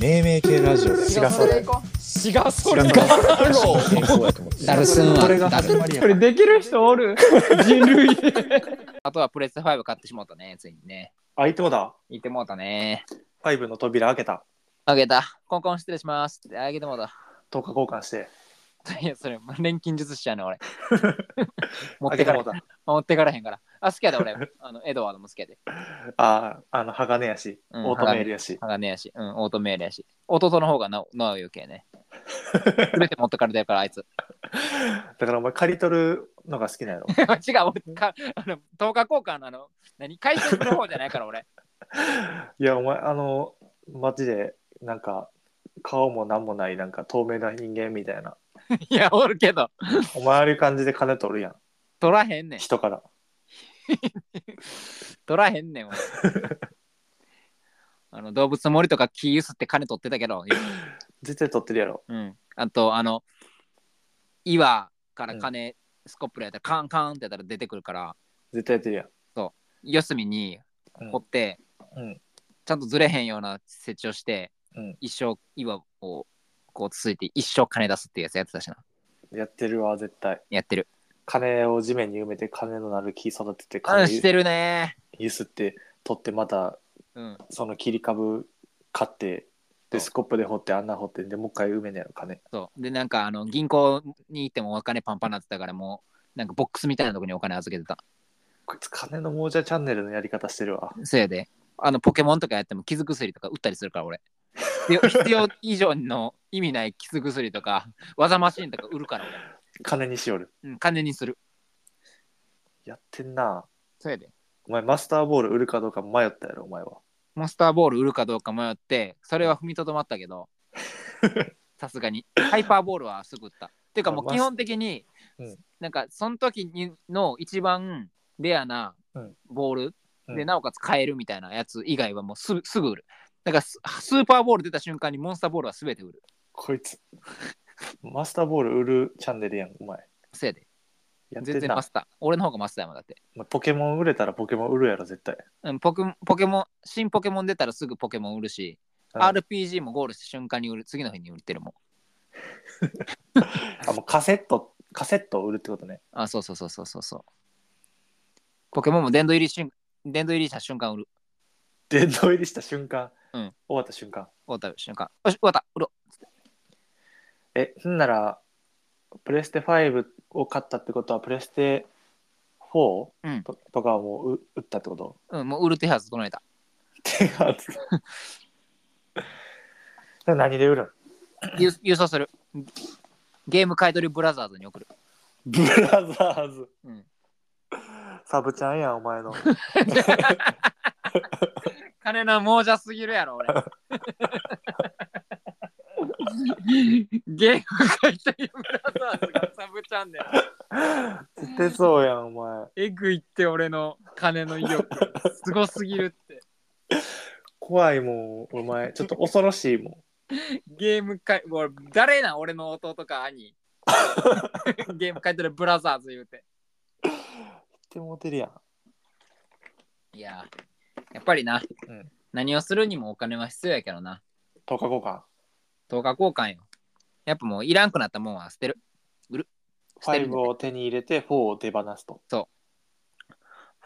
命名系ラジオだよ違うそれ行こ違うそれ違うか健康やと思ってダルスンはこれがダル始まりやこれできる人おる人類あとはプレステ5買ってしもうたね、ついにね。あいてもだ行ってもうたね。 5の扉開けたあげた。コンコン失礼します。であげてもうた。 10日交換していや、それ、錬金術師やね、俺。持っ開てけかてれもへんう。た持ってかれへんから。あ、好きやで、俺。あのエドワードも好きやで。あああの鋼やし、うんオートメールやし鋼やし、うん、オートメールやし。弟の方がなおなお余計ね。全て持ってかれてるから、あいつ。 だからお前借り取るのが好きな の違う、俺かあの、10日交換の、あの、何、回収する方じゃないから、俺。 いやお前あのマジでなんか顔も何もないなんか透明な人間みたいないや、おるけど、お前ああいう感じで金取るや ん取らへんねん。人から取らへんねん、俺。 あの動物の森とか木ゆすって金取ってたけど、絶対取ってるやろうん、あとあの岩から金、スコップでやったらカンカンってやったら出てくるから絶対やってるやん四隅に掘って、うんちゃんとずれへんような設置をして、うん一生岩をこうつついて一生金出すっていうやつやってたしなやってるわ絶対やってる金を地面に埋めて金のなる木育ててあ金してるねゆすって取ってまたうんその切り株買ってそでうスコップで掘って穴掘ってでもう一回埋めねやろ金そうでなんかあの銀行に行ってもお金パンパンになってたからもうなんかボックスみたいなとこにお金預けてたこいつ金の亡者チャンネルのやり方してるわせいで、あのポケモンとかやっても傷薬とか打ったりするから俺。 で必要以上の意味ない傷薬とか、技マシンとか売るから金にしよる俺。うん、金にする。やってんなせいで。お前マスターボール売るかどうか迷ったやろお前はモンスターボール売るかどうか迷って、それは踏みとどまったけ ど、さすがに。ハイパーボールはすぐ打った。っていうかもうあ基本的に、うんなんかその時にの一番レアなうんボールうんで、なおかつ買えるみたいなやつ以外はもうすすぐ売る。だからススーパーボール出た瞬間にモンスターボールは全て売る。こいつマスターボール売るチャンネルやんお前せいで。やって全ん然なマスター。俺の方がマスターやもんだって。お前ポケモン売れたらポケモン売るやろ絶対うん、ポケポケモン、新ポケモン出たらすぐポケモン売るし、うん RPG もゴールした瞬間に売る、次の日に売ってるもん。あもうカセットカセットを売るってことねあ、そうそうそうそうそうそう。ポケモンも殿堂入りしゅん殿堂入りした瞬間売る。殿堂入りした瞬間、うん終わった瞬間終わった瞬間。よし、終わった、売ろえそんならプレステ5を買ったってことはプレステ 4? うんととかはもうう打ったってことう。うん、もう売る手はず整え た。手が熱い それ何で売るん郵郵送する。ゲーム買い取りブラザーズに送る。ブラザーズ、うんサブちゃんやんお前の金の亡者すぎるやろ、俺。 ゲーム買い取りブラザーズがサブチャンネル。絶対そうやんお前えぐいって俺の金の意欲すごすぎるって怖いもんお前ちょっと恐ろしいもんゲーム会俺誰なん俺の弟か 兄ゲーム会ってるブラザーズ言うて手もうてるやんいやーやっぱりな、うん何をするにもお金は必要やけどな10日交換10日交換よやっぱもういらんくなったもんは捨てる捨てるん5だを手に入れて4を手放すとフ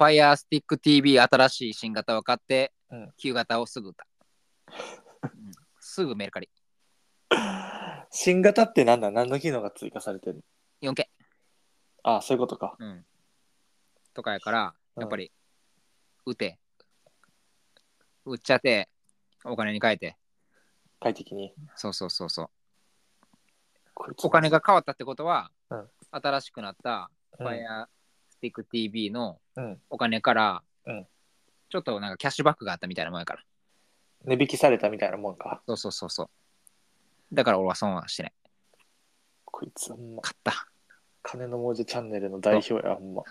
ァイヤースティック TV 新しい新型を買って、うん旧型をすぐ売った、うんすぐメルカリ新型って何だ何の機能が追加されてるの 4K あそういうことかうん、とかやから、うんやっぱり、打て、売っちゃって、お金に変えて、快適にそうそうそうそう。こいつお金が変わったってことは、うん新しくなったうん Fire Stick TV のうんお金から、うんちょっとなんかキャッシュバックがあったみたいなもんやから。値引きされたみたいなもんかそうそうそうそう。だから俺は損はしてない。こいつほんま買った。金の文字チャンネルの代表やほ んま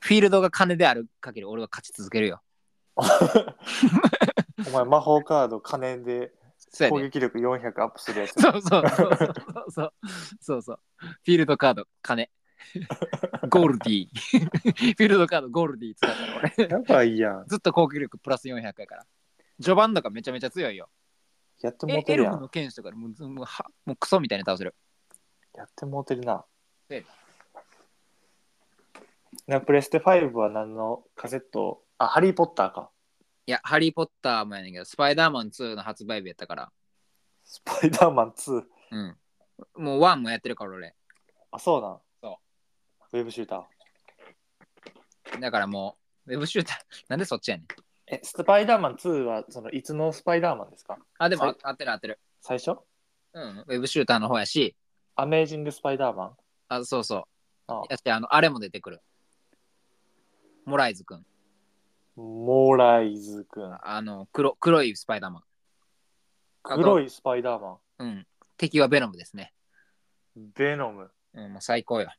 フィールドが金である限り俺は勝ち続けるよ。お前魔法カード金でそうや攻で。撃力400アップする やつそうそうそうそうそうそうそう。フィールドカード、金。ゴールデ ィー。フィールドカード、ゴールディー使ったの俺。やばいやんずっと攻撃力プラス400やから。序盤とかめちゃめちゃ強いよ。やってもえうてエるルやフんの。剣士とかでもうずもうはもうクソみたいに倒せる。やってもうてるなえ。なプレステ5は何のカセットあ、ハリー・ポッターか。いや、ハリー・ポッターもやねんけど、スパイダーマン2の発売日やったから。スパイダーマン2。うん。もう1もやってるから俺。あ、そうなん。。そうウェブシューター。だからもう、ウェブシューター、なんでそっちやねん。え、スパイダーマン2はそのいつのスパイダーマンですかあ、でもはいあ合ってる合ってる。最初うん。ウェブシューターの方やし、アメージング・スパイダーマン。あ、そうそう。あやし、あの、あれも出てくる。モライズくん。モライズくん。あの、黒黒いスパイダーマン。あと黒いスパイダーマうん。敵はベノムですね。ン。ベノム。うん、もう最高よ。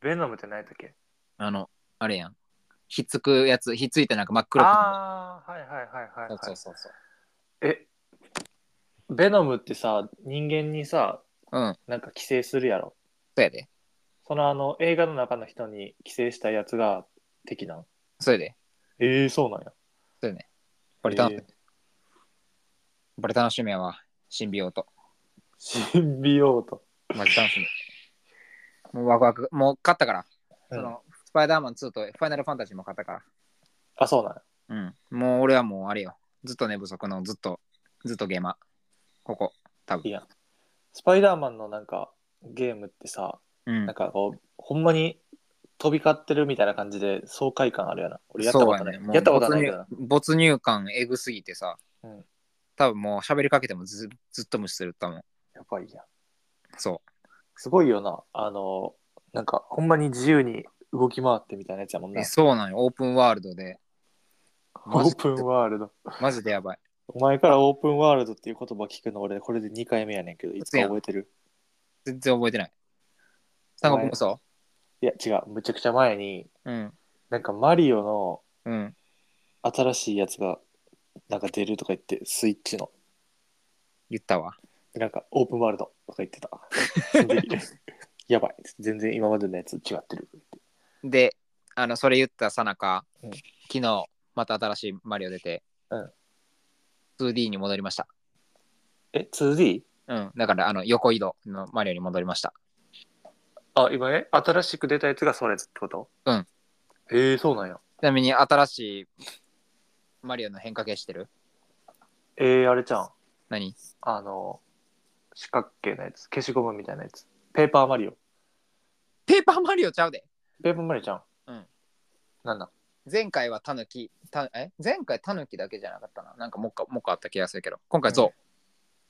ベノムって何だっけあの、あれやん。ひっつくやつ、ひっついてなんか真っ黒くなる。ああ、はいはいはいはい、はい。そうそうそうえ、ベノムってさ、人間にさ、そう。うん、なんか寄生するやろ。そうやで。そのあの映画の中の人に寄生したやつが敵なん。そうやで。ええそうなんや。そうやね。バリ楽しえみ。バリ楽しみやわ。シンビオート。シンビオート。マジ楽しみ。もうワクワク。もう勝ったから。うんそのスパイダーマン2とファイナルファンタジーも勝ったかあ、そうなんや。ら。うん。もう俺はもうあれよ。ずっと寝不足のずっと、ずっとゲーマー。ここ。多い分。いやん。スパイダーマンのなんかゲームってさ、うんなん。かこう、ほんまに飛び交ってるみたいな感じで爽快感あるやな。俺やったことない。そうやねもうったことないけどな。没入没入感えぐすぎてさ、うん多分もう喋りかけてもずずっと無視すると思う。やばいやん。そすごいよな。あの、なんかほんまに自由に動き回ってみたいなやつやもんう。えな。そうなんよ。オープンワールドで。オープンワールド。マジでやばい。お前からオープンワールドっていう言葉聞くの俺これで2回目やねんけど、いつか覚えてる全然覚えてない。三国もそいや違う、むちゃくちゃ前に、ううん。なんかマリオのうん。新しいやつがなんか出るとか言って、スイッチの。言ったわ。でなんかオープンワールドとか言ってた。その時 やばい。全然今までのやつ違ってる。で、あの、それ言ったさなか、うん昨日、また新しいマリオ出て、うん、 2D に戻りました。え、2D? うん。だから、あの、横移動のマリオに戻りました。あ、今ね、新しく出たやつがそれってことうん。へえ、そうなんや。ちなみに、新しいマリオの変化系してるえー、あれじゃん。何あの、四角形のやつ。消しゴムみたいなやつ。ペーパーマリオ。ペーパーマリオちゃうで。ペーパーマリオじゃん。うん。なんだ前回はタヌキ、たえ前回タヌキだけじゃなかったな。なんかもっか、もっかあった気がするけど。今回ゾ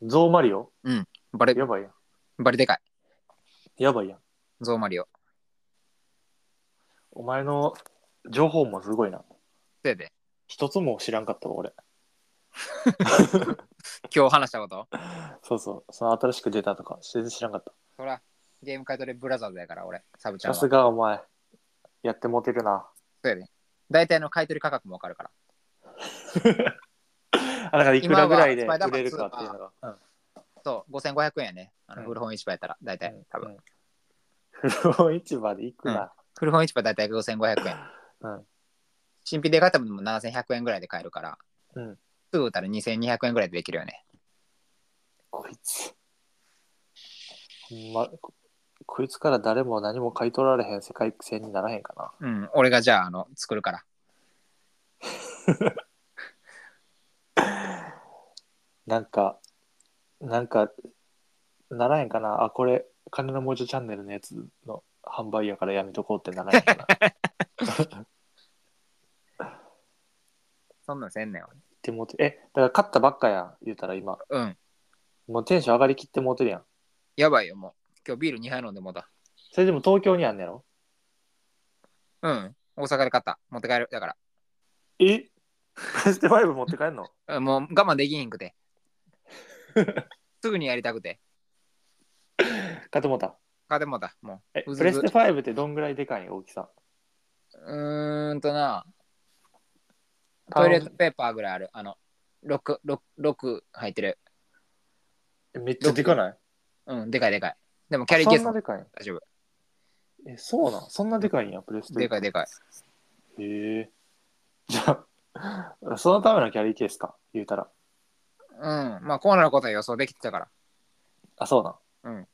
ゾウマリオウ。バリ、やばいやん。バリでかい。やばいやん。ゾウマリオ。お前の情報もすごいな。せいで。一つも知らんかったわ、俺。今日話したことそうそう。その新しく出たとか、全然知らんかった。ほら、ゲーム買い取りブラザーズやから俺、サブちゃさんは。すそうがお前、やってモテる な。やで。大体の買い取り価格もわかるから。あ、だからいくらぐらいで今はスパイダー売マンれるかっていうのが。うんそう、5500円やね。あのうん古本市場やったら、大体、多分。。うん不動市場で行くな。古本市場大体5500円。うん新品で買ったものも7100円ぐらいで買えるから、うんすぐ売ったら2200円ぐらいでできるよね。こいつ。ほんま、ここいつから誰も何も買い取られへん世界線にならへんかな。うん、俺がじゃあ、あの、作るから。なんか、なんか、ならへんかな。あ、これ、金の文字チャンネルのやつの販売やからやめとこうってならへんかな。言っそんなんせんねん。俺てもうて、え、だから勝ったばっかやん、言うたら今。うん、もうテンション上がりきってもうてるやん。やばいよ、もう。今日ビール2杯飲んでもうた。それでも東京にあんねやろうん、大阪で買った。持って帰る。だかえプレステ5持って帰んのら、うんもう我慢できひんくて。すぐにやりたくて。買ってもうた。買ってもうた、もう。え、うずうずプレステ5ってどんぐらいでかい大きさうーんとな、パトウイレンットペーパーぐらいある。あの、6、6、6入ってる。えめっちゃでかないうん、でかいでかい。でもキャリーケースそんもなでかいん大丈夫。え、そうなんそんなでかいんや、プレステ。でかいでか い。へえ。じゃあ、そのためのキャリーケースか、言うたら。うん。まあ、こうなることは予想できてたから、あ、そうなん。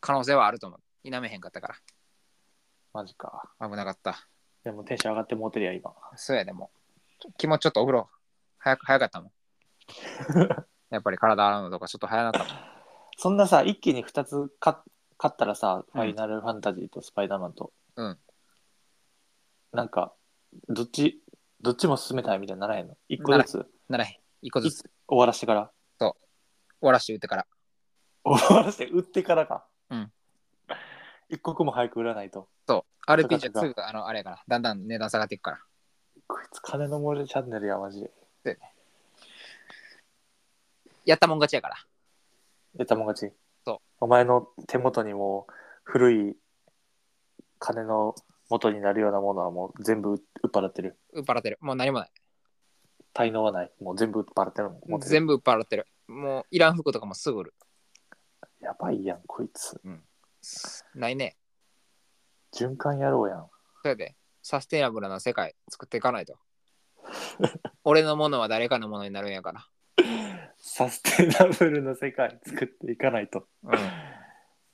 可能性はあると思う。否めへんかったかマジか。ら、危なかった。でもテンション上がってもうてるやん、今。そうやでもう。気持ちちょっとお風呂、早く、早か ったもん。やっぱり体洗うのとかちょっと早なかった。そんなさ、一気に2つか勝ったらさ、ファイナルファンタジーとスパイダーマンと、うんなんか、どっち、どっちも進めたいみたいにならへんの。1個ずつならへん。一個ずつ終終わらしてから。 わらして打ってから。終わらして、売ってからか。うん。一刻も早く売らないと。そう。うか RPG はすぐ、あの、あれやから、だんだん値段下がっていくから。こいつ金の漏れチャンネルや、マジで。やったもん勝ちやから。やったもん勝ち。そうお前の手元にもう古い金の元になるようなものはもう全部売っ払ってる。売っ払ってる。もう何もない。滞納はない。もう全部売っ払ってるもん。全部売っ払ってる。もういらん服とかもすぐ売る。やばいやん、こいつ。ないね。循環やろうやん。それで、サステナブルな世界作っていかな いと。俺のものは誰かのものになるんやから。サステナブルな世界作っていかないと。うん。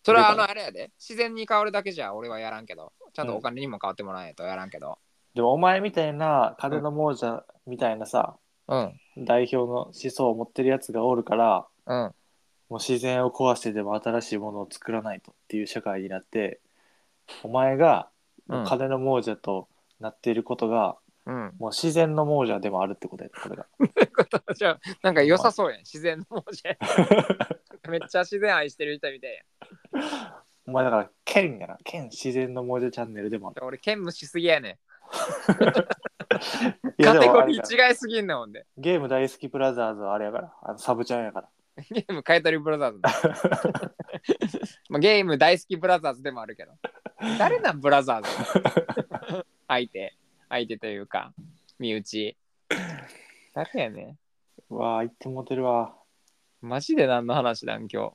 それはあのあれやで。自然に変わるだけじゃ俺はやらんけど。ちゃんとお金にも変わってもらわないとやらんけど。でもお前みたいな金の亡者みたいなさ、うん。代表の思想を持ってるやつがおるから、うん。もう自然を壊してでも新しいものを作らないとっていう社会になって、お前がうん金の亡者となっていることが、うん。 もう自然の亡者でもあるってことや、これが。じゃあなんか良さそうやん。自然の文字やんめっちゃ自然愛してる人みたいやん。お前だから、剣やな。剣自然の亡者チャンネルでもある。俺、兼務しすぎやねん。いやでカテもゴあれリやー違いすぎんねんほんで。ゲーム大好きブラザーズはあれやから、あのサブちゃんやから。ゲーム買い取りブラザーズだまあ、ゲーム大好きブラザーズでもあるけど。誰なんブラザーズ相手。相手というか、身内。誰やねうわあ、言ってもてるわ。ん。マジで何の話なん今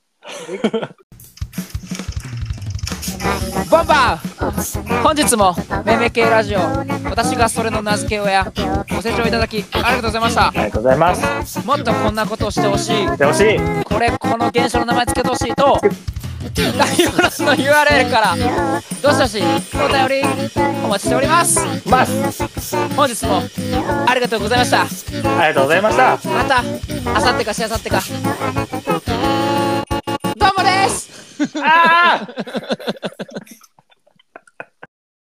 日。ボン バー本日もめめ系ラジオ私がそれの名付け親ごご清清聴聴いたいただだききありがとうございましたあ。りがとうございます。きもっとこんなことをしてほしい。てほしい。これ、この現象の名前つけてほしいと、概要欄の URL から、どしどしお便りお待ちしております。本日もありがとうございました。ありがとうございました。また、あさってかしあさってか。どうもですああ